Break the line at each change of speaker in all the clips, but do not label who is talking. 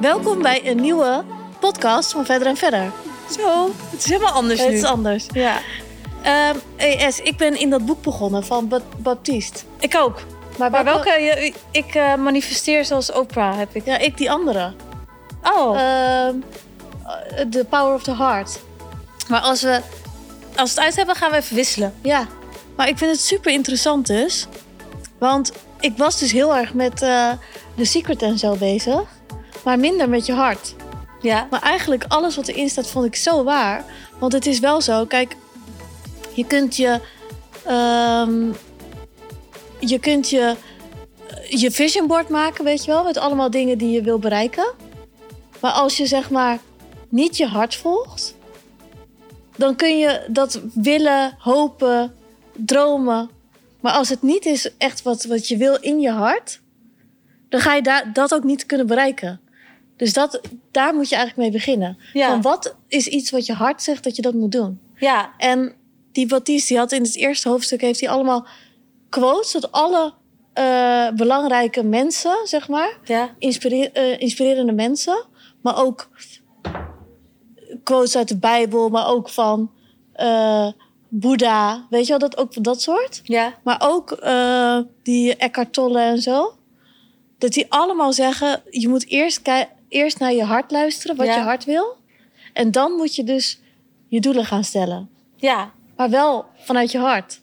Welkom bij een nieuwe podcast van Verder en Verder. Zo,
Het is helemaal anders
het
nu.
is anders. Ja. Ehm, ES, ik ben in dat boek begonnen van Ba- Baptiste.
Ik ook. Maar welke? je- Ik eh, manifesteer zoals Oprah heb ik.
Ja, ik die andere.
Oh.
Ehm, eh, the Power of the Heart.
maar als we als we het uit hebben, gaan we even wisselen.
Ja, maar ik vind het super interessant dus. Want ik was dus heel erg met eh The Secret en zo bezig. Maar minder met je hart.
Ja.
Maar eigenlijk alles wat erin staat vond ik zo waar. Want het is wel zo, kijk, je kunt je. ehm, je kunt je. Je vision board maken, weet je wel, met allemaal dingen die je wil bereiken. Maar als je zeg maar niet je hart volgt, dan kun je dat willen, hopen, dromen. Maar als het niet is echt wat, wat je wil in je hart, dan ga je daar dat ook niet kunnen bereiken. Dus dat, daar moet je eigenlijk mee beginnen.
Ja.
Van wat is iets wat je hart zegt dat je dat moet doen?
Ja.
En die Baptiste die had in het eerste hoofdstuk heeft hij allemaal quotes dat alle eh, belangrijke mensen, zeg maar,
Ja.
inspire- eh, inspirerende mensen, maar ook quotes uit de Bijbel, maar ook van eh, Boeddha, weet je wel, dat, ook van dat soort.
Ja.
Maar ook eh, die Eckhart Tolle en zo. Dat die allemaal zeggen, je moet eerst, kei- eerst naar je hart luisteren, wat
Ja.
je hart wil. En dan moet je dus je doelen gaan stellen.
Ja.
Maar wel vanuit je hart.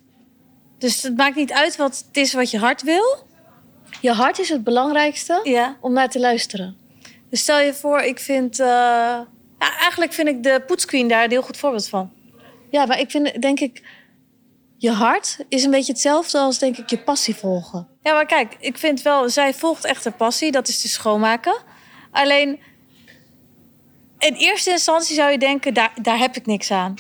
Dus het maakt niet uit wat het is wat je hart wil.
Je hart is het belangrijkste
Ja.
om naar te luisteren.
Dus stel je voor, ik vind. eh, ja, eigenlijk vind ik de poetsqueen daar een heel goed voorbeeld van.
Ja, maar ik vind, denk ik, je hart is een beetje hetzelfde als, denk ik, je passie volgen.
Ja, maar kijk, ik vind wel, zij volgt echt haar passie. Dat is dus schoonmaken. Alleen, in eerste instantie zou je denken, daar, daar heb ik niks aan.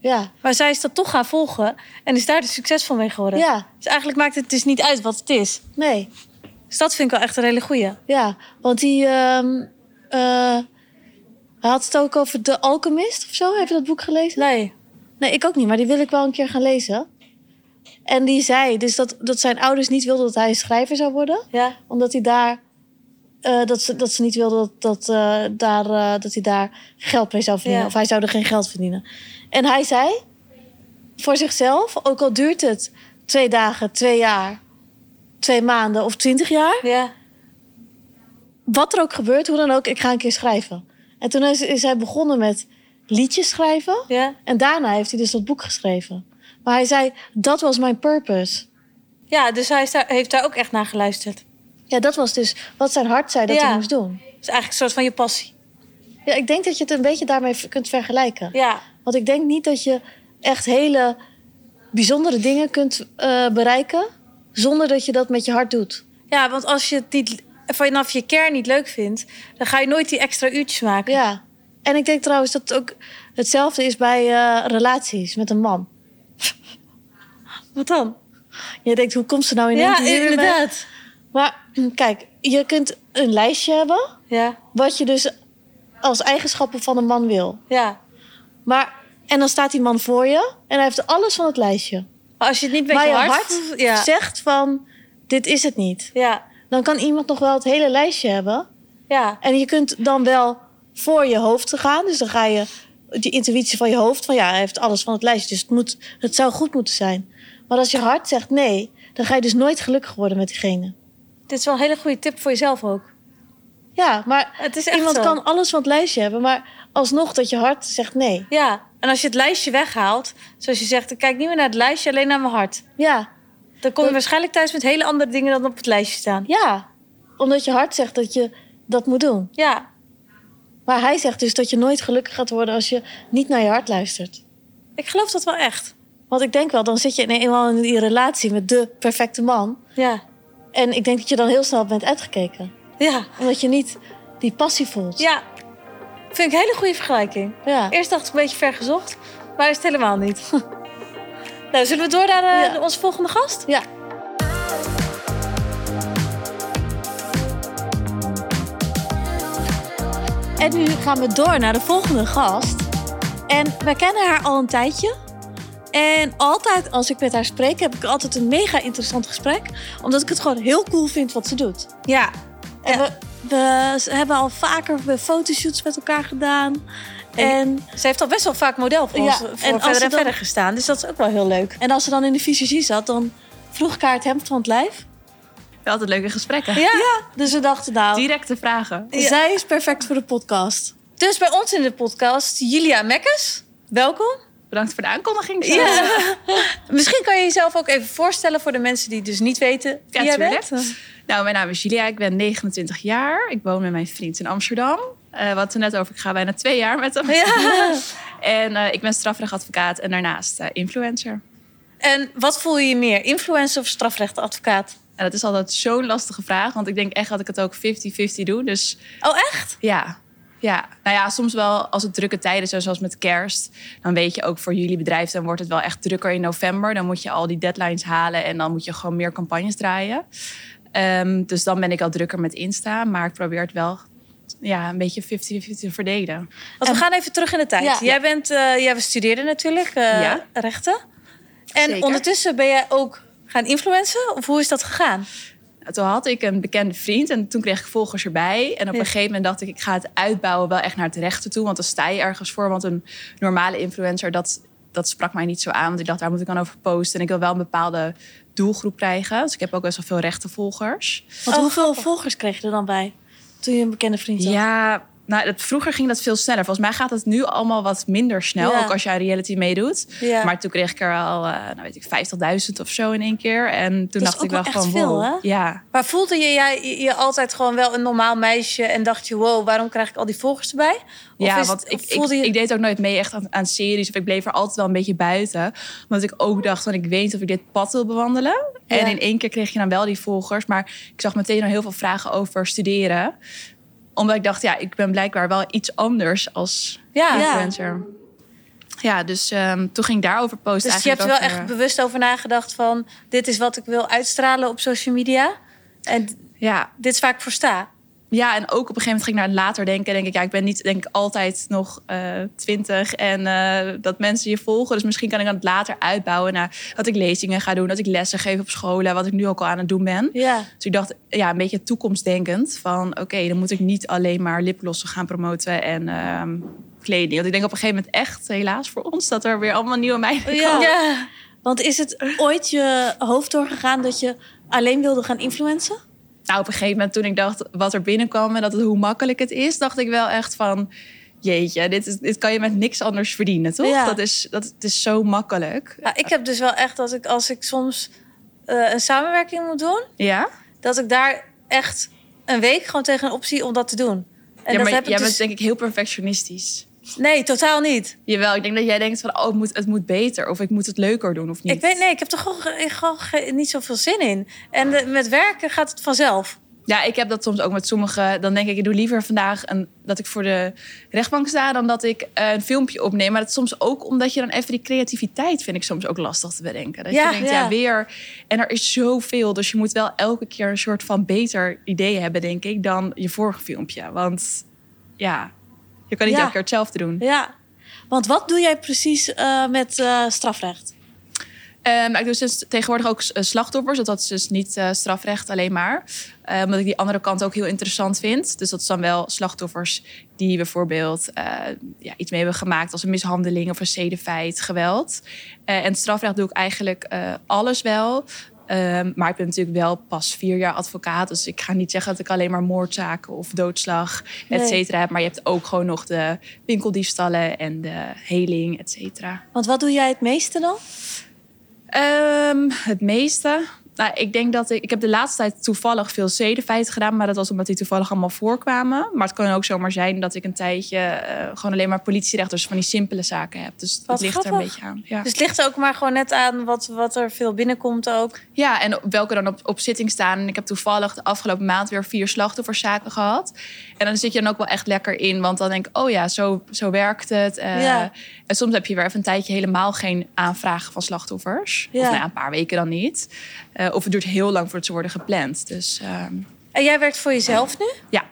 Ja,
Maar zij is dat toch gaan volgen en is daar dus succesvol mee geworden.
ja,
Dus eigenlijk maakt het dus niet uit wat het is.
nee.
Dus dat vind ik wel echt een hele goeie.
Ja, want die. ehm, eh, hij had het ook over De Alchemist of zo. Heb je dat boek gelezen?
Nee.
Nee, ik ook niet, maar die wil ik wel een keer gaan lezen. En die zei dus dat, dat zijn ouders niet wilden dat hij schrijver zou worden.
Ja.
Omdat hij daar. eh, dat, ze, dat ze niet wilden dat, dat, eh, daar, eh, dat hij daar geld mee zou verdienen.
Ja.
Of hij zou er geen geld verdienen. En hij zei. Voor zichzelf, ook al duurt het twee dagen, twee jaar, twee maanden of twintig jaar
Ja.
wat er ook gebeurt, hoe dan ook, ik ga een keer schrijven. En toen is, is hij begonnen met liedjes schrijven.
Ja.
En daarna heeft hij dus dat boek geschreven. Maar hij zei, dat was mijn purpose.
Ja, dus hij is daar, heeft daar ook echt naar geluisterd.
Ja, dat was dus wat zijn hart zei dat
Ja.
hij moest doen.
Dus eigenlijk een soort van je passie.
Ja, ik denk dat je het een beetje daarmee v- kunt vergelijken.
Ja.
Want ik denk niet dat je echt hele bijzondere dingen kunt eh, bereiken... zonder dat je dat met je hart doet.
Ja, want als je het niet, vanaf je kern niet leuk vindt, dan ga je nooit die extra uurtjes maken.
Ja. En ik denk trouwens dat het ook hetzelfde is bij eh, relaties met een man.
Wat dan?
Je denkt, hoe komt ze nou in één
Ja,
keer hierbij?
inderdaad.
Maar hm, kijk, je kunt een lijstje hebben
Ja,
wat je dus als eigenschappen van een man wil.
ja.
Maar, en dan staat die man voor je en hij heeft alles van het lijstje.
Maar als je het niet met
maar
je hart, voelt- ja.
zegt van, dit is het niet.
ja,
Dan kan iemand nog wel het hele lijstje hebben.
ja,
En je kunt dan wel voor je hoofd te gaan. Dus dan ga je die intuïtie van je hoofd van, ja, hij heeft alles van het lijstje. Dus het, moet, het zou goed moeten zijn. Maar als je hart zegt nee, dan ga je dus nooit gelukkig worden met diegene.
dit is wel een hele goede tip voor jezelf ook.
Ja, maar
Het is echt
Iemand
zo.
kan alles van het lijstje hebben, maar alsnog dat je hart zegt nee.
Ja, en als je het lijstje weghaalt, zoals je zegt, ik kijk niet meer naar het lijstje, alleen naar mijn hart.
Ja,
Dan kom je
Dat-
waarschijnlijk thuis met hele andere dingen dan op het lijstje staan.
ja. Omdat je hart zegt dat je dat moet doen.
Ja,
Maar hij zegt dus dat je nooit gelukkig gaat worden als je niet naar je hart luistert.
ik geloof dat wel echt.
Want ik denk wel, dan zit je in- eenmaal in die relatie met de perfecte man.
Ja,
En ik denk dat je dan heel snel bent uitgekeken.
ja,
Omdat je niet die passie voelt.
ja. Vind ik een hele goede vergelijking.
Ja.
Eerst dacht ik een beetje ver gezocht, maar is het helemaal niet. nou, zullen we door naar eh,
Ja.
onze volgende gast?
Ja. En nu gaan we door naar de volgende gast. En wij kennen haar al een tijdje. En altijd als ik met haar spreek, heb ik altijd een mega interessant gesprek. Omdat ik het gewoon heel cool vind wat ze doet.
Ja,
En
Ja.
we We ze hebben al vaker we fotoshoots met elkaar gedaan.
En-
En,
Ze heeft al best wel vaak model voor
Ja,
ons
en
voor
als
verder
ze dan-
en verder gestaan. Dus dat is ook wel heel leuk.
en als ze dan in de visagie zat, dan vroeg ik haar het hemd van het lijf.
Wel altijd leuke gesprekken.
Ja.
Dus we dachten, nou,
Directe vragen.
Ja.
zij is perfect voor de podcast.
Dus bij ons in de podcast, Julia Mekkes. Welkom.
Bedankt voor de aankondiging. Sarah.
Ja. Misschien kan je jezelf ook even voorstellen voor de mensen die dus niet weten wie
Ja,
jij
tuurlijk.
bent.
Nou, mijn naam is Julia. Ik ben 29 jaar. Ik woon met mijn vriend in Amsterdam. Eh wat er net over. Ik ga bijna twee jaar met hem.
Ja.
En eh, ik ben strafrechtadvocaat en daarnaast eh, influencer.
En wat voel je meer, influencer of strafrechtadvocaat?
En dat is altijd zo'n lastige vraag. Want ik denk echt dat ik het ook 50-50 doe. Dus
Oh, echt?
Ja. Ja, nou ja, soms wel als het drukke tijden zijn, zoals met kerst. Dan weet je ook voor jullie bedrijf, dan wordt het wel echt drukker in november. Dan moet je al die deadlines halen en dan moet je gewoon meer campagnes draaien. Ehm, dus dan ben ik al drukker met Insta, maar ik probeer het wel ja, een beetje 50-50 te verdelen.
Want we gaan even terug in de tijd.
Ja.
Jij, bent, eh, jij studeerde natuurlijk eh,
Ja.
rechten. En
Zeker.
ondertussen ben jij ook gaan influencen? Of hoe is dat gegaan?
Nou, Toen had ik een bekende vriend en toen kreeg ik volgers erbij. En op
Ja.
een gegeven moment dacht ik, ik ga het uitbouwen wel echt naar het rechten toe. Want dan sta je ergens voor. Want een normale influencer, dat, dat sprak mij niet zo aan. Want ik dacht, daar moet ik dan over posten. En ik wil wel een bepaalde doelgroep krijgen. Dus ik heb ook best wel veel rechtenvolgers.
Want
Oh,
hoeveel volgers kreeg je er dan bij? Toen je een bekende vriend had.
Ja, nou, dat, vroeger ging dat veel sneller. Volgens mij gaat het nu allemaal wat minder snel.
Ja.
Ook als je aan reality meedoet.
Ja.
Maar toen kreeg ik er al, eh, nou weet ik, 50.000 of zo in één keer. En toen
is
dacht
ook
ik
wel
wel,
echt
gewoon,
veel,
wow.
hè?
Ja,
Maar voelde je jij je, je altijd gewoon wel een normaal meisje en dacht je, wow, waarom krijg ik al die volgers erbij? Of
Ja,
is-
want ik,
of voelde
ik,
je...
ik deed ook nooit mee echt aan, aan series. Of ik bleef er altijd wel een beetje buiten. Omdat ik ook dacht, van, ik weet niet of ik dit pad wil bewandelen.
Ja.
En in één keer kreeg je dan wel die volgers. Maar ik zag meteen al heel veel vragen over studeren. Omdat ik dacht, ja, ik ben blijkbaar wel iets anders als
ja,
influencer. Ja, dus ehm, toen ging ik daarover posten.
Dus je hebt er wel
eigenlijk
echt
eh, over-
bewust over nagedacht van... dit is wat ik wil uitstralen op social media. En d-
Ja,
dit is waar ik voor sta.
Ja, en ook op een gegeven moment ging ik naar het later denken. Denk ik, ja, ik ben niet denk ik altijd nog eh, twintig en eh, dat mensen je volgen. Dus misschien kan ik dan het later uitbouwen naar dat ik lezingen ga doen, dat ik lessen geef op scholen, wat ik nu ook al aan het doen ben.
Ja.
Dus ik dacht, ja, een beetje toekomstdenkend van, oké, dan moet ik niet alleen maar lipglossen gaan promoten en ehm, kleding. Want ik denk op een gegeven moment echt, helaas voor ons, dat er weer allemaal nieuwe meiden
Ja.
komen.
Ja.
Want is het ooit je hoofd doorgegaan dat je alleen wilde gaan influencen?
Nou, op een gegeven moment toen ik dacht wat er binnenkwam en dat het, hoe makkelijk het is, dacht ik wel echt van, jeetje, dit, is, dit kan je met niks anders verdienen, toch?
Ja.
Dat, is, dat het is zo makkelijk.
Nou, ik heb dus wel echt dat ik als ik soms eh, een samenwerking moet doen...
Ja,
dat ik daar echt een week gewoon tegen op zie om dat te doen. En
ja
dat
maar
heb
jij
ik dus...
bent denk ik heel perfectionistisch.
Nee, totaal niet.
Jawel, ik denk dat jij denkt van, oh, het moet, het moet beter of ik moet het leuker doen of niet.
Ik weet, nee, ik heb er gewoon, ge- gewoon ge- niet zoveel zin in. En eh, met werken gaat het vanzelf.
Ja, ik heb dat soms ook met sommigen. Dan denk ik, ik doe liever vandaag een, dat ik voor de rechtbank sta dan dat ik eh, een filmpje opneem. Maar dat is soms ook omdat je dan even die creativiteit vind ik soms ook lastig te bedenken. Dat
Ja,
je denkt,
ja.
ja. weer. En er is zoveel. Dus je moet wel elke keer een soort van beter idee hebben, denk ik, dan je vorige filmpje. Want ja, je kan niet
Ja.
elke keer hetzelfde doen.
Ja. Want wat doe jij precies eh, met eh, strafrecht?
Ehm, ik doe sinds tegenwoordig ook eh, slachtoffers. Dat- Dat is dus niet eh, strafrecht alleen maar. Eh, omdat ik die andere kant ook heel interessant vind. Dus dat is dan wel slachtoffers die bijvoorbeeld eh, ja, iets mee hebben gemaakt... als een mishandeling of een zedenfeit, geweld. Eh, en strafrecht doe ik eigenlijk eh, alles wel... Ehm, maar ik ben natuurlijk wel pas vier jaar advocaat. Dus ik ga niet zeggen dat ik alleen maar moordzaken of doodslag,
Nee.
et cetera heb. Maar je hebt ook gewoon nog de winkeldiefstallen en de heling, et cetera.
Want wat doe jij het meeste dan?
Ehm, het meeste. Nou, ik denk dat ik. Ik heb de laatste tijd toevallig veel zedenfeiten gedaan. Maar dat was omdat die toevallig allemaal voorkwamen. Maar het kan ook zomaar zijn dat ik een tijdje. eh, gewoon alleen maar politierechters van die simpele zaken heb. Dus
Wat
dat ligt er een
grappig.
beetje aan. Ja,
Dus het ligt er ook maar gewoon net aan wat, wat er veel binnenkomt ook.
ja en op- welke dan op, op zitting staan. En ik heb toevallig de afgelopen maand weer vier slachtofferszaken gehad. En dan zit je dan ook wel echt lekker in. Want dan denk ik, oh ja, zo, zo werkt het. Eh,
Ja.
En soms heb je weer even een tijdje helemaal geen aanvragen van slachtoffers.
Ja.
Of na een paar weken dan niet. Eh, of het duurt heel lang voor het ze worden gepland. Dus ehm,
En jij werkt voor jezelf nu?
ja.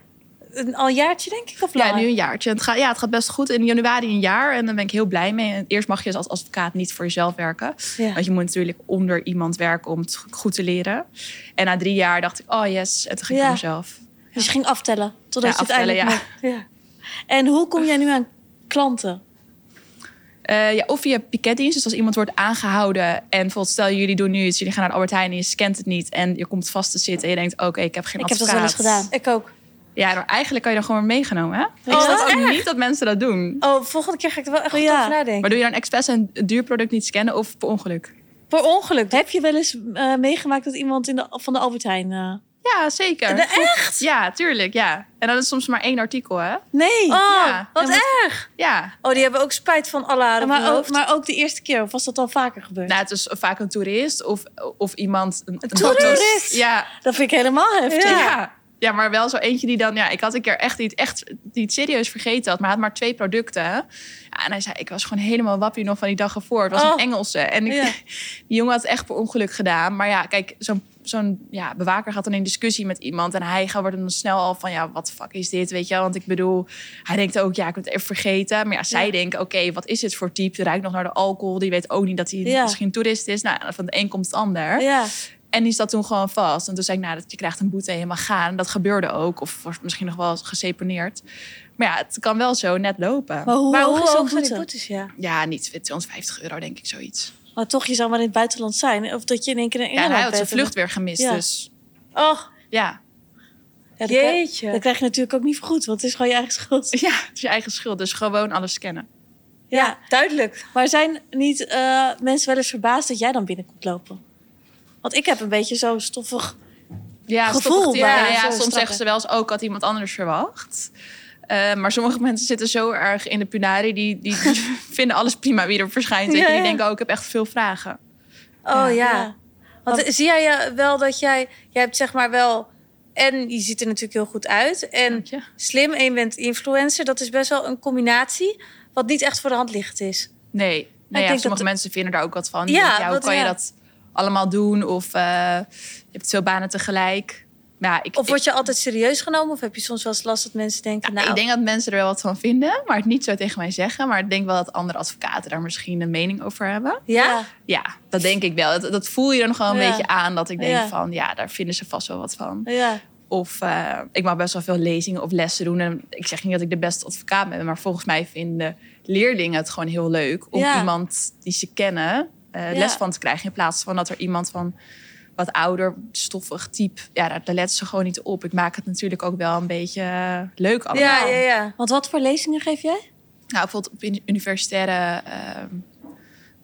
Een, al een jaartje denk ik of
ja,
langer?
nu een jaartje. Het gaat, ja, het gaat best goed. In januari een jaar. En daar ben ik heel blij mee. En eerst mag je als advocaat niet voor jezelf werken.
Ja.
Want je moet natuurlijk onder iemand werken om het goed te leren. En na drie jaar dacht ik, oh yes, het ging ik
Ja.
voor mezelf.
Dus je ging aftellen. Totdat
Ja,
je het
aftellen,
uiteindelijk maakte. En hoe kom jij nu aan klanten?
Eh, ja, of via piketdienst. Dus als iemand wordt aangehouden en bijvoorbeeld stel jullie doen nu iets, jullie gaan naar de Albert Heijn en je scant het niet en je komt vast te zitten en je denkt, oké, ik heb geen
Ik heb
advocaat.
dat wel eens gedaan.
Ik ook.
Ja, maar eigenlijk kan je dan gewoon worden meegenomen, hè?
Oh,
ik snap
wat
ook niet dat mensen dat doen.
Oh, volgende keer ga ik er wel echt
Oh,
goed
ja.
over nadenken.
Maar doe je dan expres een duur product niet scannen of per ongeluk?
Per ongeluk.
Heb je wel eens eh, meegemaakt dat iemand in de, van de Albert Heijn... eh,
Ja, zeker.
De- echt?
Ja, tuurlijk, ja. En dan is soms maar één artikel, hè?
Nee!
Oh,
Ja.
wat
Ja, maar-
erg.
Ja.
Oh, die hebben ook spijt van alle haren op hun
maar, ook,
hoofd.
maar ook de eerste keer, of was dat al vaker gebeurd?
Nou, het is vaak een toerist of, of iemand... Een, een
toerist?
Ja,
dat vind ik helemaal heftig.
Ja. ja. maar wel zo eentje die dan... Ja, ik had een keer echt die het, echt, die het serieus vergeten had. Maar hij had maar twee producten. Ja, en hij zei, ik was gewoon helemaal wappie nog van die dag ervoor. Het was
Oh.
een Engelse. En ik,
Ja.
die jongen had het echt per ongeluk gedaan. Maar ja, kijk, zo'n zo'n ja, bewaker gaat dan in discussie met iemand. En hij gaat wordt dan snel al van, ja, wat fuck is dit? Weet je wel? Want ik bedoel, hij denkt ook, ja, ik moet het even vergeten. Maar ja, zij denken, oké, wat is dit voor type? Die ruikt nog naar de alcohol. Die weet ook niet dat hij
Ja.
misschien toerist is. Nou, van de een komt het ander.
Ja.
En die zat toen gewoon vast. En toen zei ik, nou, dat je krijgt een boete en je mag gaan. En dat gebeurde ook. Of was misschien nog wel geseponeerd. Maar ja, het kan wel zo net lopen.
Maar hoe,
Nou, Maar hoe
hoog is zo'n
hoog zijn die
boete?
boetes? Ja.
Ja, niet 250 euro, denk ik, zoiets.
Maar toch, je zou maar in het buitenland zijn. Of dat je in één keer in
Ja, en
Engeland
hij had zijn
bent.
vlucht weer gemist.
Ja.
Dus
Och,
ja.
Ja, dat kan-
jeetje.
Dat krijg je natuurlijk ook niet vergoed, want het is gewoon je eigen schuld.
ja, het is je eigen schuld. Dus gewoon alles scannen.
ja, duidelijk.
Maar zijn niet eh, mensen wel eens verbaasd dat jij dan binnenkomt lopen? Want ik heb een beetje zo stoffig...
Ja,
Gevoel,
stoppig-
maar
ja,
zo
ja,
stappen.
soms zeggen ze wel eens ook had iemand anders verwacht. Eh, maar sommige mensen zitten zo erg in de punari. Die, die, die vinden alles prima wie er verschijnt. weet je.
Ja,
Die
ja.
denken ook, ik heb echt veel vragen.
Oh ja.
Ja.
Want eh, zie jij eh, wel dat jij... Jij hebt zeg maar wel... En je ziet er natuurlijk heel goed uit. En
Dank je.
slim en je bent influencer. Dat is best wel een combinatie wat niet echt voor de hand liggend is.
Nee, nou ja,
denk
sommige
dat-
mensen vinden daar ook wat van. Die
Ja,
denken, ja, hoe
wat-
kan
ja.
je dat allemaal doen? Of eh, je hebt veel banen tegelijk. Maar ja, ik,
Of
ik,
word je altijd serieus genomen? Of heb je soms wel eens last dat mensen denken... nou,
ik denk dat mensen er wel wat van vinden, maar het niet zo tegen mij zeggen. Maar ik denk wel dat andere advocaten daar misschien een mening over hebben.
ja?
Ja, dat denk ik wel. Dat, dat voel je dan gewoon een
Ja.
beetje aan. Dat ik denk
Ja.
van, ja, daar vinden ze vast wel wat van.
Ja.
Of eh, ik mag best wel veel lezingen of lessen doen. En ik zeg niet dat ik de beste advocaat ben, maar volgens mij vinden leerlingen het gewoon heel leuk om
Ja.
iemand die ze kennen eh,
Ja.
les van te krijgen. In plaats van dat er iemand van wat ouder, stoffig type, ja, daar, daar let ze gewoon niet op. Ik maak het natuurlijk ook wel een beetje eh, leuk
Ja,
allemaal.
ja, ja.
Want wat voor lezingen geef jij?
Nou, bijvoorbeeld op uni- universitaire ehm,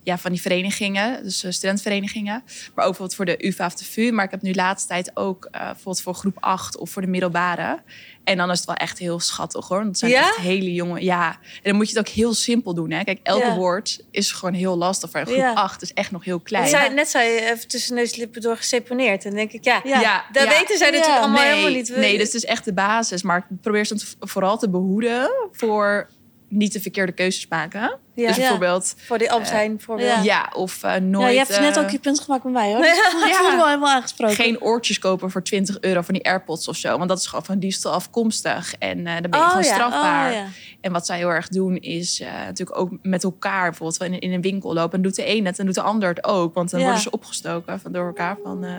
ja, van die verenigingen, dus eh, studentverenigingen. Maar ook bijvoorbeeld voor de UvA of de VU. Maar ik heb nu de laatste tijd ook eh, bijvoorbeeld voor groep 8 of voor de middelbare. En dan is het wel echt heel schattig hoor. Want het zijn
Ja?
echt hele jonge... Ja, en dan moet je het ook heel simpel doen. Hè? Kijk, elke
Ja.
woord is gewoon heel lastig. Voor groep
Ja.
8 is echt nog heel klein.
Net zei, net zei je even tussen neus en lippen door geseponeerd. En dan denk ik, ja,
Ja.
daar weten zij natuurlijk
Ja.
allemaal
nee,
helemaal niet. We-
Nee, dus het is echt de basis. Maar ik probeer ze te- vooral te behoeden voor niet de verkeerde keuzes maken.
Ja.
Dus
Ja.
bijvoorbeeld... eh,
Voor die Albert Heijn voorbeeld.
Ja.
Ja, of eh, nooit...
Ja, je hebt
eh,
net ook je punt gemaakt met mij, hoor. Dus
Ja.
ik voel me wel helemaal aangesproken.
Geen oortjes kopen voor 20 euro van die AirPods of zo. Want dat is gewoon van diefstal afkomstig. En eh, dan ben je
Oh,
gewoon
ja.
strafbaar.
Oh, ja.
En wat zij heel erg doen is eh, natuurlijk ook met elkaar bijvoorbeeld in, in een winkel lopen. En doet de een het en doet de ander het ook. Want dan
Ja.
worden ze opgestoken van, door elkaar. Van, eh,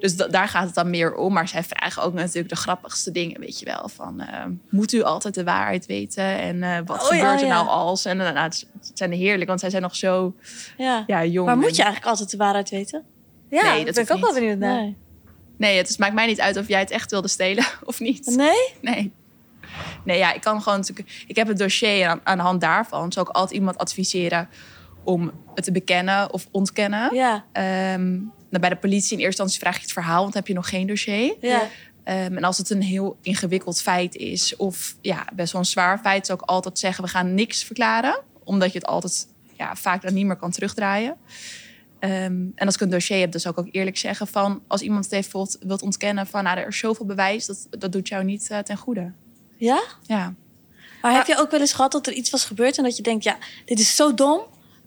dus da- daar gaat het dan meer om. Maar zij vragen ook natuurlijk de grappigste dingen, weet je wel. Van, eh, moet u altijd de waarheid weten? En eh, wat
Oh, ja.
gebeurt
Oh,
er
ja.
nou als? En eh, nou, het, het zijn heerlijk, want zij zijn nog zo
Ja.
ja, jong.
Maar
en-
moet je eigenlijk altijd de waarheid weten?
Ja,
Nee,
daar
dat
ben ik ook wel
hoeft niet.
benieuwd naar.
Nee.
Nee, het is- maakt mij niet uit of jij het echt wilde stelen of niet.
Nee?
Nee. Nee, ja, ik kan gewoon natuurlijk... Ik heb het dossier en aan, aan de hand daarvan zou ik altijd iemand adviseren om het te bekennen of ontkennen.
Ja.
Ehm, dan bij de politie in eerste instantie vraag je het verhaal, want dan heb je nog geen dossier.
Ja.
Ehm, en als het een heel ingewikkeld feit is, of ja, best wel een zwaar feit, zou ik altijd zeggen: we gaan niks verklaren. Omdat je het altijd ja, vaak dan niet meer kan terugdraaien. Ehm, en als ik een dossier heb, dan zou ik ook eerlijk zeggen: van als iemand het heeft bijvoorbeeld wilt ontkennen van nou, er is zoveel bewijs, dat, dat doet jou niet eh, ten goede.
Ja?
Ja.
Maar heb je ook wel eens gehad dat er iets was gebeurd en dat je denkt, ja, dit is zo dom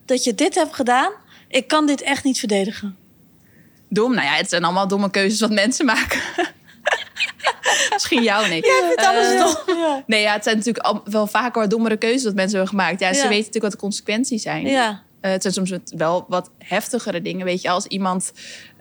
dat je dit hebt gedaan. Ik kan dit echt niet verdedigen.
Dom, nou ja, het zijn allemaal domme keuzes wat mensen maken. Misschien jou, nee. Eh,
Ja.
Nee, ja, het zijn natuurlijk al- wel vaker wat dommere keuzes dat mensen hebben gemaakt. Ja, ze
Ja.
weten natuurlijk wat de consequenties zijn.
Ja.
Eh, het zijn soms wat- wel wat heftigere dingen. Weet je, als iemand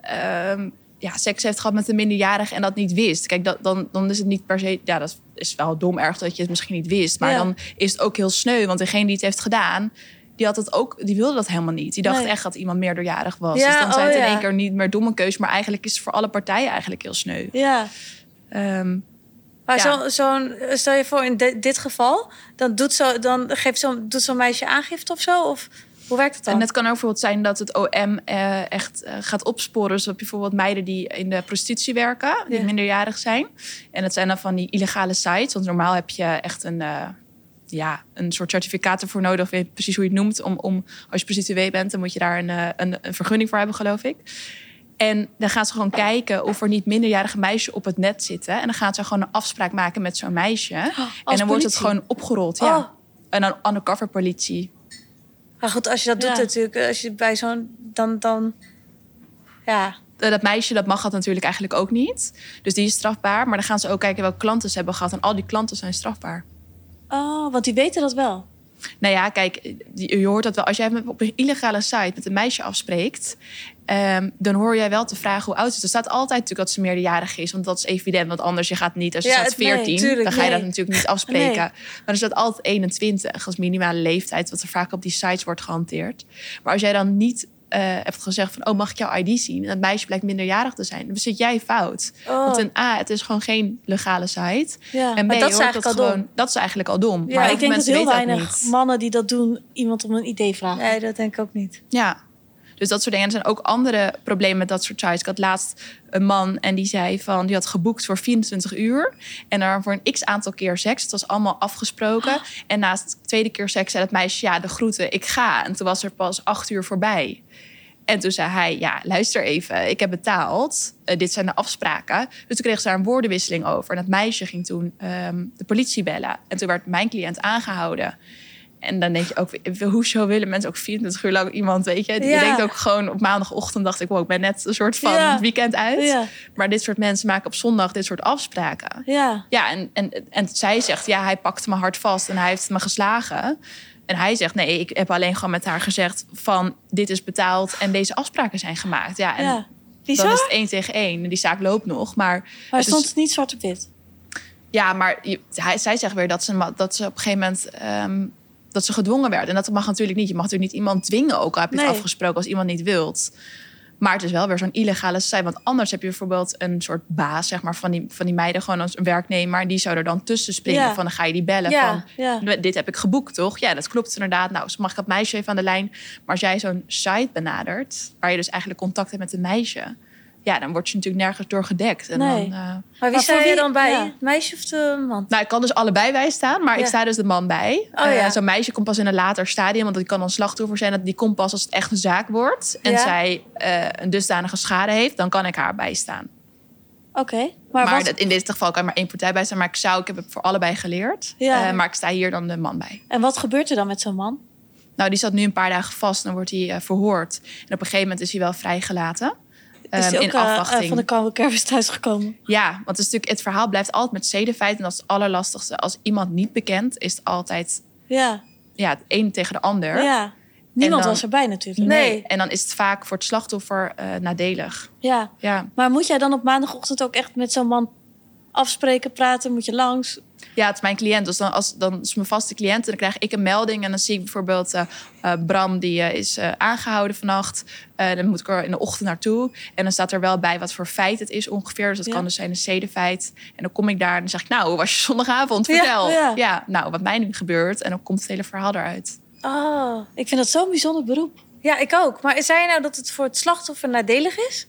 ehm, ja, seks heeft gehad met een minderjarige en dat niet wist. Kijk, dat, dan, dan is het niet per se. Ja, dat is wel dom erg dat je het misschien niet wist. Maar
Ja.
dan is het ook heel sneu. Want degene die het heeft gedaan, die, had het ook, die wilde dat helemaal niet. Die dacht
Nee.
echt dat iemand meerderjarig was.
Ja,
dus dan zijn
oh
het in
ja.
één keer niet meer domme keus. Maar eigenlijk is het voor alle partijen eigenlijk heel sneu.
Ja.
Ehm,
Maar
Ja.
zo- zo'n, stel je voor in di- dit geval, dan doet zo, dan geeft zo'n, doet zo'n meisje aangifte of zo? Of hoe werkt het dan?
En het kan ook bijvoorbeeld zijn dat het OM eh, echt eh, gaat opsporen. Zoals bijvoorbeeld meiden die in de prostitutie werken, die
Ja.
minderjarig zijn. En dat zijn dan van die illegale sites. Want normaal heb je echt een, eh, ja, een soort certificaat ervoor nodig. Ik weet niet precies hoe je het noemt. Om, om, als je prostituee bent, dan moet je daar een, eh, een, een vergunning voor hebben, geloof ik. En dan gaan ze gewoon kijken of er niet minderjarige meisjes op het net zitten. En dan gaan ze gewoon een afspraak maken met zo'n meisje. en dan wordt het
politie?
gewoon opgerold. Ja.
Oh.
En dan undercover politie.
Maar goed, als je dat doet
Ja.
natuurlijk, eh, als je bij zo'n, dan, dan, ja.
Eh, dat meisje, dat mag dat natuurlijk eigenlijk ook niet. Dus die is strafbaar. Maar dan gaan ze ook kijken welke klanten ze hebben gehad. En al die klanten zijn strafbaar.
Oh, want die weten dat wel.
Nou ja, kijk, je je hoort dat wel. Als jij met- op een illegale site met een meisje afspreekt... ehm, dan hoor jij wel te vragen hoe oud ze is. Er staat altijd natuurlijk dat ze meerderjarig is. Want dat is evident. Want anders, je gaat niet... Als je
Ja,
staat
het- nee,
14,
tuurlijk,
dan ga je
nee.
dat natuurlijk niet afspreken. Maar er staat altijd 21 als minimale leeftijd... wat er vaak op die sites wordt gehanteerd. Maar als jij dan niet... eh, hebt gezegd van, oh, mag ik jouw ID zien? En dat meisje blijkt minderjarig te zijn. Dan zit jij fout.
Oh.
Want een A, het is gewoon geen legale site.
Ja.
en B,
Maar dat is
hoort
eigenlijk al
gewoon,
dom.
dat is eigenlijk al dom.
Maar
Maar
heel
ik
veel
denk dat
mensen
heel
weten dat
weinig
niet.
mannen die dat doen, iemand om een idee vragen.
Nee, dat denk ik ook niet.
Ja. Dus dat soort dingen. En er zijn ook andere problemen met dat soort sites. Ik had laatst een man en die zei van... die had geboekt voor 24 uur. En daar voor een x-aantal keer seks. Het was allemaal afgesproken. En na het tweede keer seks zei het meisje... ja, de groeten, ik ga. En toen was er pas acht uur voorbij. En toen zei hij, ja, luister even, ik heb betaald. Eh, dit zijn de afspraken. Dus toen kreeg ze daar een woordenwisseling over. En dat meisje ging toen ehm, de politie bellen. En toen werd mijn cliënt aangehouden. En dan denk je ook, hoezo willen mensen ook 24 uur lang iemand, weet je? Je
Ja.
denkt ook gewoon, op maandagochtend dacht ik, wow, ik ben net een soort van
Ja.
het weekend uit.
Ja.
Maar dit soort mensen maken op zondag dit soort afspraken.
Ja.
Ja, en, en, en zij zegt, ja, hij pakte me hard vast en hij heeft me geslagen. En hij zegt, nee, ik heb alleen gewoon met haar gezegd van... dit is betaald en deze afspraken zijn gemaakt. Ja, en
Ja.
dan
Bizar.
is het één tegen één. En die zaak loopt nog, maar...
Maar
dus-
het is-
stond het niet zwart op wit?
ja, maar je- hij, zij zegt weer dat ze, ma- dat ze op een gegeven moment... ehm, dat ze gedwongen werd. En dat mag natuurlijk niet. Je mag natuurlijk niet iemand dwingen, ook al heb je het
Nee.
afgesproken... als iemand niet wilt. Maar het is wel weer zo'n illegale zij. Want anders heb je bijvoorbeeld een soort baas zeg maar, van, die, van die meiden, gewoon als een werknemer. En die zou er dan tussen springen.
Ja.
Van dan ga je die bellen.
Ja,
van,
ja.
"Nou, Dit heb ik geboekt, toch? Ja, dat klopt inderdaad. Nou, dus mag ik dat meisje even aan de lijn. Maar als jij zo'n site benadert, waar je dus eigenlijk contact hebt met een meisje. Ja, dan word je natuurlijk nergens door gedekt. En
Nee.
dan, eh,
Maar wie
Maar
zei
voor
je
wie-
dan bij?
ja.
Het meisje of de man?
nou, ik kan dus allebei bij staan, maar ik
Ja.
sta dus de man bij.
Oh,
Eh,
ja.
Zo'n meisje komt pas in een later stadium, want die kan dan slachtoffer zijn. Dat Die komt pas als het echt een zaak wordt. En
Ja.
zij eh, een dusdanige schade heeft, dan kan ik haar bijstaan.
Oké. Maar,
Maar,
wat,
dat- in dit geval kan er maar één partij bij staan. Maar ik zou, ik heb het voor allebei geleerd.
Ja.
Eh, maar ik sta hier dan de man bij.
en wat gebeurt er dan met zo'n man?
Nou, die zat nu een paar dagen vast. Dan wordt hij eh, verhoord. En op een gegeven moment is hij wel vrijgelaten.
Is
Ehm,
die ook
in
eh, eh,
afwachting.
van de koude kermis thuis gekomen?
Ja, want het, is natuurlijk, het verhaal blijft altijd met zedenfeit. En dat is het allerlastigste. Als iemand niet bekend is, het altijd
Ja.
ja, het een tegen de ander.
ja. Niemand
dan-
was erbij natuurlijk.
Nee.
Nee.
En dan is het vaak voor het slachtoffer eh, nadelig.
Ja.
Ja.
Maar moet jij dan op maandagochtend ook echt met zo'n man afspreken, praten? Moet je langs?
ja, het is mijn cliënt. Dus dan, als, dan is mijn vaste cliënt. En dan krijg ik een melding. En dan zie ik bijvoorbeeld eh, eh, Bram, die eh, is eh, aangehouden vannacht. Eh, dan moet ik er in de ochtend naartoe. En dan staat er wel bij wat voor feit het is ongeveer. Dus dat
Ja.
kan dus zijn een zedenfeit. En dan kom ik daar en dan zeg ik, nou, hoe was je zondagavond? Vertel.
ja.
nou, wat mij nu gebeurt. En dan komt het hele verhaal eruit.
Oh.
Ik vind dat zo'n bijzonder beroep.
Ja, ik ook. Maar zei je nou dat het voor het slachtoffer nadelig is?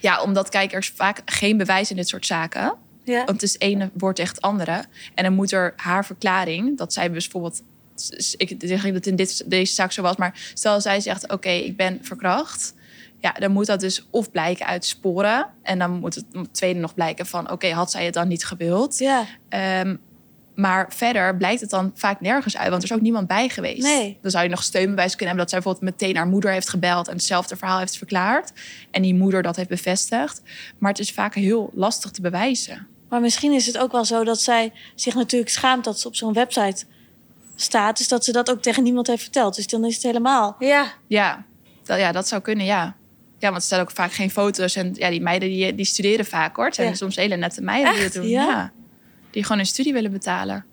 Ja, omdat kijk, er is vaak geen bewijs in dit soort zaken.
Ja.
Want het is ene wordt echt andere. En dan moet er haar verklaring, dat zij dus bijvoorbeeld. s- Ik zeg niet dat in dit, deze zaak zo was, maar stel zij zegt: Oké, ik ben verkracht. Ja, dan moet dat dus of blijken uit sporen. En dan moet het tweede nog blijken van: Oké, had zij het dan niet gewild?
Ja.
Ehm, maar verder blijkt het dan vaak nergens uit, want er is ook niemand bij geweest.
Nee.
Dan zou je nog steunbewijs kunnen hebben dat zij bijvoorbeeld meteen haar moeder heeft gebeld en hetzelfde verhaal heeft verklaard. En die moeder dat heeft bevestigd. Maar het is vaak heel lastig te bewijzen.
Maar misschien is het ook wel zo dat zij zich natuurlijk schaamt dat ze op zo'n website staat. Dus dat ze dat ook tegen niemand heeft verteld. Dus dan is het helemaal.
Ja.
Ja, dat, ja, dat zou kunnen, ja. Ja, want er staan ook vaak geen foto's. En ja, die meiden die, die studeren vaak hoor. Het zijn dus
Ja.
soms hele nette meiden die
Echt?
dat doen.
Ja?
Die gewoon hun studie willen betalen.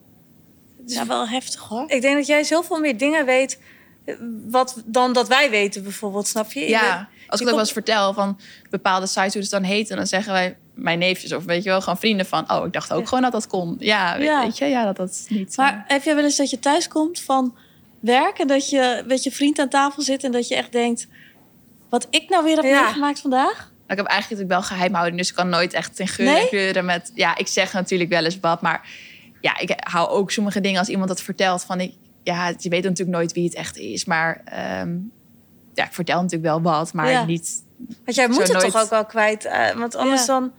Het is wel heftig hoor.
Ik denk dat jij zoveel meer dingen weet eh, wat, dan dat wij weten, bijvoorbeeld, snap je?
ja,
Ik-
als ik
je
ook wel
komt-
eens vertel van bepaalde sites hoe het dan heet. En dan zeggen wij, mijn neefjes of weet je wel, gewoon vrienden van... Oh, ik dacht ook
Ja.
gewoon dat dat kon. Ja, weet,
Ja.
weet je, ja, dat dat niet... eh,
Maar heb jij wel eens dat je thuis komt van werk en dat je met je vriend aan tafel zit en dat je echt denkt: wat ik nou weer heb
Ja.
meegemaakt vandaag?
Maar ik heb eigenlijk natuurlijk wel geheimhouding, dus ik kan nooit echt in geur en
Nee?
kleuren met... Ja, ik zeg natuurlijk wel eens wat, maar ja, ik hou ook sommige dingen als iemand dat vertelt van... Ik, ja, je weet natuurlijk nooit wie het echt is, maar ehm, ja, ik vertel natuurlijk wel wat, maar
Ja.
niet...
Want jij moet
Zo
het toch
nooit-
ook wel kwijt, eh, want anders
Ja.
dan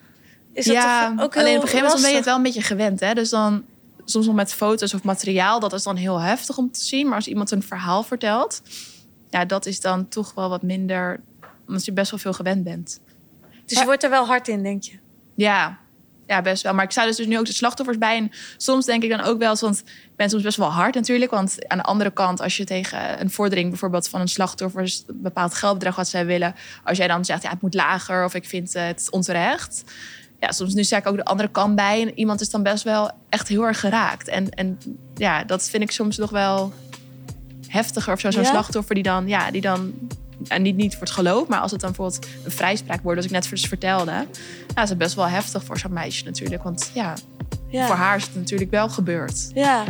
is dat
ja,
toch ook heel
alleen op een gegeven moment ben je
lastig.
het wel een beetje gewend, hè. Dus dan soms nog met foto's of materiaal, dat is dan heel heftig om te zien. Maar als iemand een verhaal vertelt, ja, dat is dan toch wel wat minder... omdat je best wel veel gewend bent.
Dus je wordt er wel hard in, denk je.
Ja. ja, best wel. Maar ik sta dus, dus nu ook de slachtoffers bij. En soms denk ik dan ook wel eens, want ik ben soms best wel hard natuurlijk. Want aan de andere kant, als je tegen een vordering bijvoorbeeld van een slachtoffer... is een bepaald geldbedrag wat zij willen... als jij dan zegt, ja, het moet lager of ik vind eh, het onterecht... Ja, soms nu sta ik ook de andere kant bij en iemand is dan best wel echt heel erg geraakt. En, en ja, dat vind ik soms nog wel heftiger. Of zo, zo'n
Ja?
slachtoffer die dan, ja, die dan en niet, niet voor het geloof, maar als het dan bijvoorbeeld een vrijspraak wordt, als ik net vertelde, nou, is het best wel heftig voor zo'n meisje natuurlijk. Want ja,
Ja.
voor haar is het natuurlijk wel gebeurd.
Ja.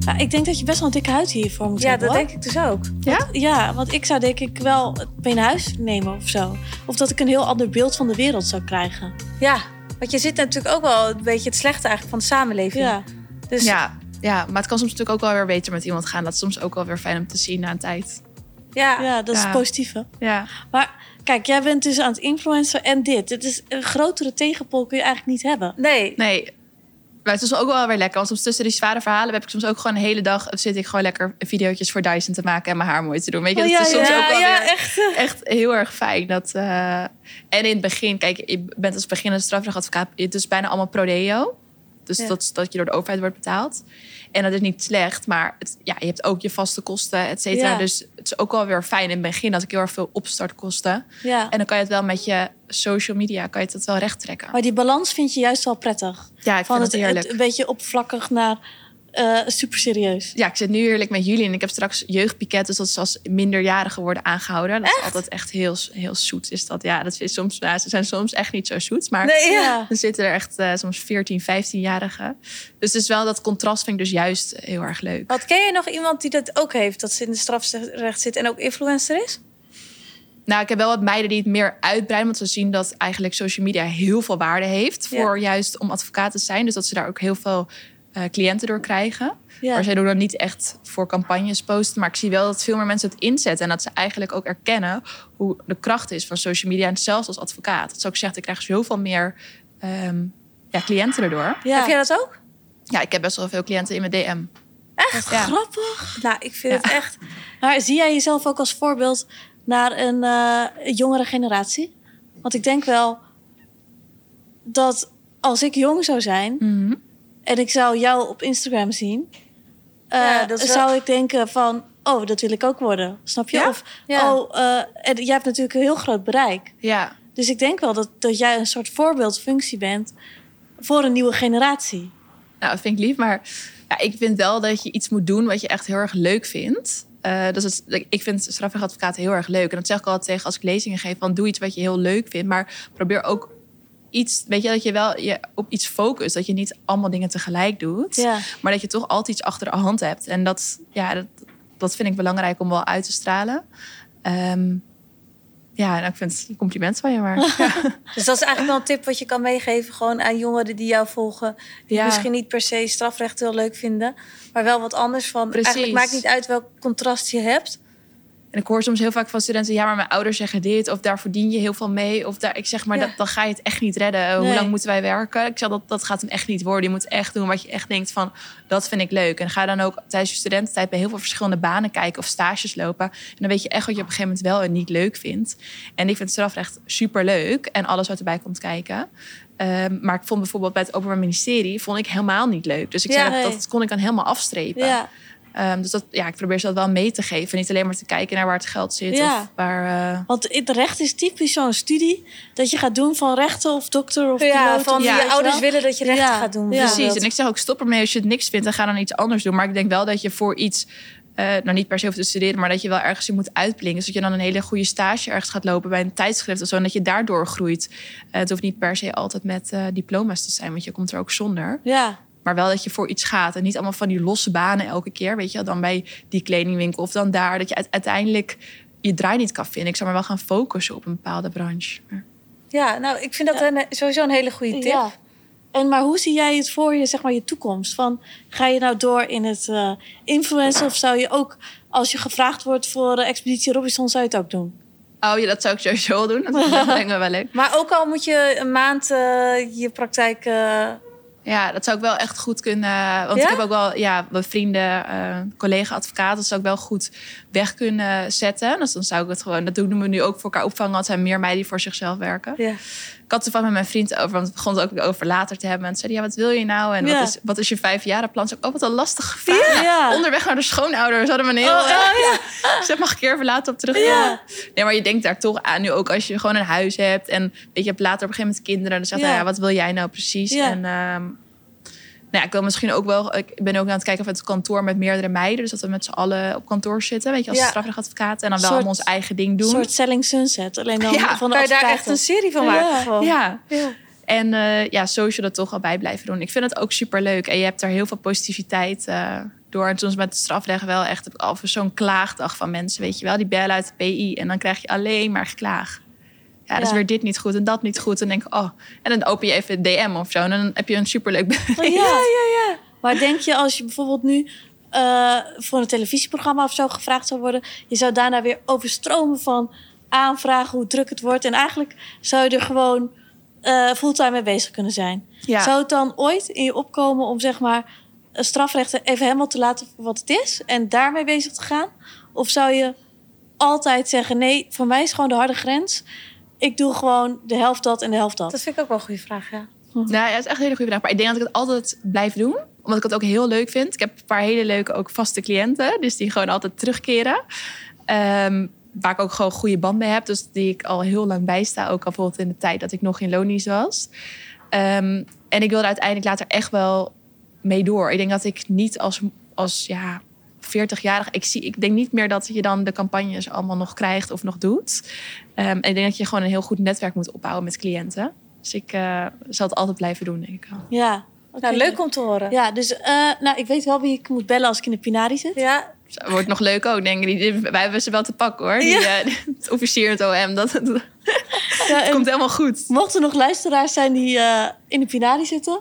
Ja, Nou, ik denk dat je best wel een dikke huid hiervoor moet
Ja,
hebben.
dat
hoor.
denk ik dus ook.
Ja, want ik zou denk ik wel het mee naar huis nemen of zo. Of dat ik een heel ander beeld van de wereld zou krijgen.
Ja, want je zit natuurlijk ook wel een beetje het slechte eigenlijk van de samenleving.
Ja.
Dus ja,
Ja, ja, maar het kan soms natuurlijk ook wel weer beter met iemand gaan. Dat is soms ook wel weer fijn om te zien na een tijd.
Ah, ja,
Ja, dat is
Ja.
het positieve.
Ja,
Kijk, jij bent dus aan het influencer en dit. Het is een grotere tegenpol kun je eigenlijk niet hebben.
nee. Oh
nee. Maar het is ook wel weer lekker. Want soms tussen die zware verhalen heb ik soms ook gewoon een hele dag... zit ik gewoon lekker video's voor Dyson te maken en mijn haar mooi te doen. Weet je,
Oh,
dat is soms ook wel
ja,
weer...
echt.
echt heel erg fijn. Dat, eh, en in het begin, kijk, je bent als beginnende strafrechtadvocaat, het is bijna allemaal pro deo. Dus
Ja.
dat, is dat je door de overheid wordt betaald. En dat is niet slecht, maar het, ja, je hebt ook je vaste kosten, et cetera.
Ja.
Dus het is ook wel weer fijn in het begin dat ik heel erg veel opstartkosten.
Ja.
En dan kan je het wel met je social media, kan je het wel recht trekken.
Maar die balans vind je juist wel prettig.
Ja, ik
Van
vind
het,
het heerlijk.
het een beetje oppervlakkig naar eh super serieus.
Ja, ik zit nu heerlijk met jullie en ik heb straks jeugdpiket. Dus dat is als minderjarigen worden aangehouden. Dat is altijd echt heel, heel zoet. Is dat. Ja, dat is soms, ja, ze zijn soms echt niet zo zoet. Maar
Nee, ja.
Ja.
Dan zitten er echt eh, soms 14, 15-jarigen. Dus het is wel dat contrast vind ik dus juist heel erg leuk.
Want ken jij nog iemand die dat ook heeft, dat ze in de strafrecht zit en ook influencer is?
Nou, ik heb wel wat meiden die het meer uitbreiden. Want ze zien dat eigenlijk social media heel veel waarde heeft.
Ja.
Voor juist om advocaat te zijn. Dus dat ze daar ook heel veel eh, cliënten door krijgen.
Ja.
Maar zij doen dat niet echt voor campagnes posten. Maar ik zie wel dat veel meer mensen het inzetten. En dat ze eigenlijk ook erkennen hoe de kracht is van social media. En zelfs als advocaat. Dat ze ook zegt, ik krijg zoveel meer ehm, ja, cliënten erdoor.
Ja.
Heb jij dat ook?
Ja, ik heb best wel veel cliënten in mijn DM.
Wat
Ja.
grappig.
Nou, ik vind
Ja.
het echt...
Maar zie jij jezelf ook als voorbeeld naar een eh, jongere generatie? Want ik denk wel dat als ik jong zou zijn
Mhm.
en ik zou jou op Instagram zien, eh,
Ja, dat is wel-
zou ik denken van, oh, dat wil ik ook worden. Snap je?
Ja?
Of,
Ja.
oh, eh, en jij hebt natuurlijk een heel groot bereik.
Ja,
Dus ik denk wel dat, dat jij een soort voorbeeldfunctie bent voor een nieuwe generatie.
Nou, dat vind ik lief, maar ja, ik vind wel dat je iets moet doen wat je echt heel erg leuk vindt. Eh, dat is het- ik vind strafrechtadvocaten heel erg leuk. En dat zeg ik altijd tegen als ik lezingen geef: van doe iets wat je heel leuk vindt, maar probeer ook iets, weet je, dat je wel je op iets focust. Dat je niet allemaal dingen tegelijk doet,
Ja.
maar dat je toch altijd iets achter de hand hebt. En dat, ja, dat, dat vind ik belangrijk om wel uit te stralen. Ehm, ja, en ik vind het een compliment van je, maar.
Dus dat is eigenlijk wel een tip wat je kan meegeven gewoon aan jongeren die jou volgen. Die
Ja.
misschien niet per se strafrecht heel leuk vinden. Maar wel wat anders van.
Precies.
Eigenlijk maakt niet uit welk contrast je hebt.
En ik hoor soms heel vaak van studenten: ja, maar mijn ouders zeggen dit, of daar verdien je heel veel mee. Of daar, ik zeg maar,
Ja.
dat, dan ga je het echt niet redden.
Nee.
Hoe lang moeten wij werken? Ik zeg dat, dat gaat hem echt niet worden. Je moet echt doen wat je echt denkt van: dat vind ik leuk. En ga dan ook tijdens je studententijd bij heel veel verschillende banen kijken of stages lopen. En dan weet je echt wat je op een gegeven moment wel en niet leuk vindt. En ik vind strafrecht super leuk en alles wat erbij komt kijken. Ehm, maar ik vond bijvoorbeeld bij het Openbaar Ministerie vond ik helemaal niet leuk. Dus ik
Ja,
zei, dat,
nee.
dat kon ik dan helemaal afstrepen.
Ja.
Ehm, dus dat, ja, ik probeer ze dat wel mee te geven. Niet alleen maar te kijken naar waar het geld zit.
Ja.
Of waar, eh,
Want het recht is typisch zo'n studie dat je gaat doen van rechter of dokter of
ja,
piloot
van
of
je
weet je
ouders
wel.
willen dat je rechten
Ja,
gaat doen.
ja.
bijvoorbeeld.
Precies. En ik zeg ook, stop ermee als je het niks vindt en ga dan iets anders doen. Maar ik denk wel dat je voor iets, eh, nou niet per se hoeft te studeren, maar dat je wel ergens in moet uitblinken. Dus dat je dan een hele goede stage ergens gaat lopen bij een tijdschrift of zo. En dat je daardoor groeit. Eh, het hoeft niet per se altijd met eh, diploma's te zijn, want je komt er ook zonder.
Ja.
Maar wel dat je voor iets gaat. En niet allemaal van die losse banen elke keer. Weet je, wel, dan bij die kledingwinkel of dan daar. Dat je uite- uiteindelijk je draai niet kan vinden. Ik zou maar wel gaan focussen op een bepaalde branche. Maar-
ja, nou, ik vind dat een, sowieso een hele goede tip.
Ja. En maar hoe zie jij het voor je, zeg maar, je toekomst? Van, ga je nou door in het eh influencer of zou je ook, als je gevraagd wordt voor eh, Expeditie Robinson, zou je het ook doen?
Oh ja, dat zou ik sowieso wel doen. Dat lijkt me wel leuk.
Maar ook al moet je een maand eh, je praktijk... eh,
Ja, dat zou ik wel echt goed kunnen. eh, Want
Ja?
ik heb ook wel ja, mijn vrienden, eh collega advocaten, dat zou ik wel goed weg kunnen zetten. Dus dan zou ik het gewoon, dat doen we nu ook voor elkaar opvangen. Want er zijn meer meiden die voor zichzelf werken.
ja.
Ik had het er van met mijn vriend over, want we begonnen het ook over later te hebben. En toen zei hij, ja, wat wil je nou? En
Ja.
wat, is, wat is je vijfjarenplan? Zei ik, oh, wat een lastige vraag.
Ja.
Onderweg naar de schoonouders hadden we een heel...
Oh, oh,
Ik zeg, mag ik hier even later op terugkomen?
Ja.
Nee, maar je denkt daar toch aan. Nu ook als je gewoon een huis hebt en weet je, je hebt later op een gegeven moment kinderen. Dan zegt
Ja.
hij, ja, wat wil jij nou precies?
Ja.
En ehm, nou ja, ik wil misschien ook wel... Ik ben ook aan het kijken of het kantoor met meerdere meiden. Dus dat we met z'n allen op kantoor zitten, weet je, als
Ja.
strafrechtadvocaten. En dan wel
Soort-
allemaal ons eigen ding doen.
Een soort Selling Sunset, alleen dan
Ja,
van de
Kan je daar echt
advocaten.
een serie van
Ja.
maken? gewoon?
ja.
Ja.
En eh, ja, social dat toch al bij blijven doen. Ik vind het ook super leuk. En je hebt daar heel veel positiviteit eh, door. En soms met het strafleg wel echt heb ik al voor zo'n klaagdag van mensen, weet je wel. Die bellen uit de PI en dan krijg je alleen maar geklaag. Ja, dus
Ja.
weer dit niet goed en dat niet goed. En dan denk ik, oh. En dan open je even het DM of zo. En dan heb je een superleuk bericht.
Oh,
Ja, ja, ja. Maar denk je als je bijvoorbeeld nu eh, voor een televisieprogramma of zo gevraagd zou worden, je zou daarna weer overstromen van aanvragen hoe druk het wordt. En eigenlijk zou je er gewoon eh, fulltime mee bezig kunnen zijn.
Ja.
Zou het dan ooit in je opkomen om zeg maar eh, strafrechten even helemaal te laten voor wat het is en daarmee bezig te gaan? Of zou je altijd zeggen: nee, voor mij is gewoon de harde grens. Ik doe gewoon de helft dat en de helft dat.
Dat vind ik ook wel een goede vraag, ja.
Nou, ja, dat is echt een hele goede vraag. Maar ik denk dat ik het altijd blijf doen. Omdat ik het ook heel leuk vind. Ik heb een paar hele leuke ook vaste cliënten. Dus die gewoon altijd terugkeren. Ehm, waar ik ook gewoon goede band mee heb. Dus die ik al heel lang bijsta. Ook al bijvoorbeeld in de tijd dat ik nog in loondienst was. Ehm, en ik wil er uiteindelijk later echt wel mee door. Ik denk dat ik niet als, als ja, 40-jarig... Ik, zie, ik denk niet meer dat je dan de campagnes allemaal nog krijgt of nog doet. Ehm, en ik denk dat je gewoon een heel goed netwerk moet opbouwen met cliënten. Dus ik eh, zal het altijd blijven doen, denk ik wel.
Ja.
Nou,
Oké.
leuk om te horen.
Ja, dus eh, nou, ik weet wel wie ik moet bellen als ik in de pinari zit.
Ja,
Zo, Wordt nog leuk ook, denk ik. Die- Wij hebben ze wel te pakken, hoor. Die, eh, het officier, het OM, dat, dat- dat
Ja, en
komt helemaal goed.
mochten er nog luisteraars zijn die eh, in de pinari zitten,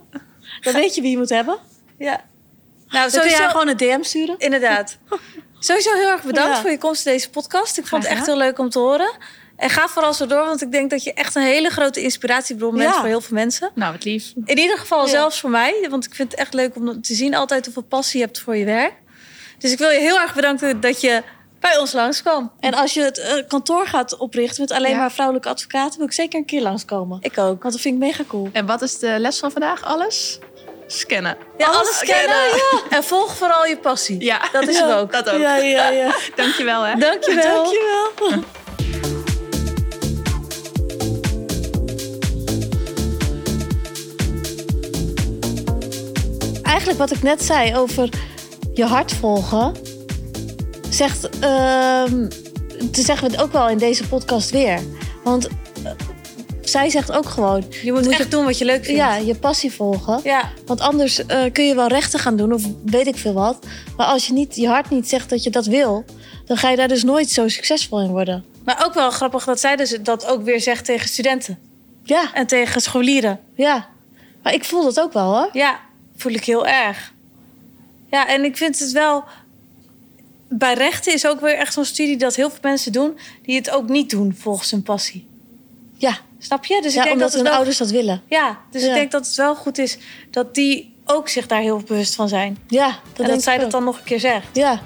dan weet je wie je moet hebben.
ja.
Dan
Nou,
kun
sowieso...
jij gewoon een DM sturen.
Inderdaad. Sowieso heel erg bedankt
Ja.
voor je komst in deze podcast. Ik vond het
Graag
echt heel leuk om te horen. En ga vooral zo door, want ik denk dat je echt een hele grote inspiratiebron bent
Ja.
voor heel veel mensen.
Nou, wat lief.
In ieder geval
Ja.
zelfs voor mij, want ik vind het echt leuk om te zien altijd hoeveel passie je hebt voor je werk. Dus ik wil je heel erg bedanken dat je bij ons langskwam.
En als je het eh, kantoor gaat oprichten met alleen
Ja.
maar vrouwelijke advocaten, wil ik zeker een keer langskomen.
Ik ook.
Want dat vind ik mega cool.
En wat is de les van vandaag? Alles? Scannen.
Ja,
Alles
alles kennen. En volg vooral je passie.
Ja,
Dat is
Ja.
het ook.
dat ook.
Ja, ja, ja.
Dankjewel, hè.
Dankjewel.
Dankjewel. Eigenlijk wat ik net zei over je hart volgen, zegt, ehm dat zeggen we het ook wel in deze podcast weer. Want eh, zij zegt ook gewoon,
Je moet, echt doen wat je leuk vindt.
ja, je passie volgen.
ja.
Want anders eh, kun je wel rechten gaan doen of weet ik veel wat. Maar als je niet, je hart niet zegt dat je dat wil, dan ga je daar dus nooit zo succesvol in worden.
Maar ook wel grappig dat zij dus dat ook weer zegt tegen studenten
Ja,
en tegen scholieren.
ja. Maar ik voel dat ook wel hoor.
Ja, voel ik heel erg. Ja, en ik vind het wel. Bij rechten is ook weer echt zo'n studie dat heel veel mensen doen die het ook niet doen volgens hun passie.
Ja,
Snap je? Dus ik
ja
denk
omdat
dat het
hun
wel,
ouders dat willen.
Ja, dus
Ja.
ik denk dat het wel goed is dat die ook zich daar heel bewust van zijn.
Ja, dat
en
denk
dat
ik
zij
ook.
dat dan nog een keer zegt.
Ja,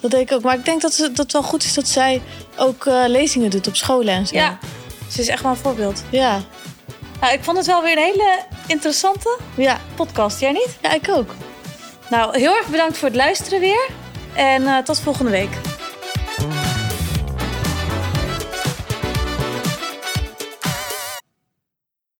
dat denk ik ook. Maar ik denk dat ze- dat het wel goed is dat zij ook eh, lezingen doet op scholen en zo.
Ja. ze is echt wel een voorbeeld.
Ja,
Nou, ik vond het wel weer een hele interessante
ja.
podcast, jij niet?
ja ik ook.
Nou, heel erg bedankt voor het luisteren weer. En eh, tot volgende week.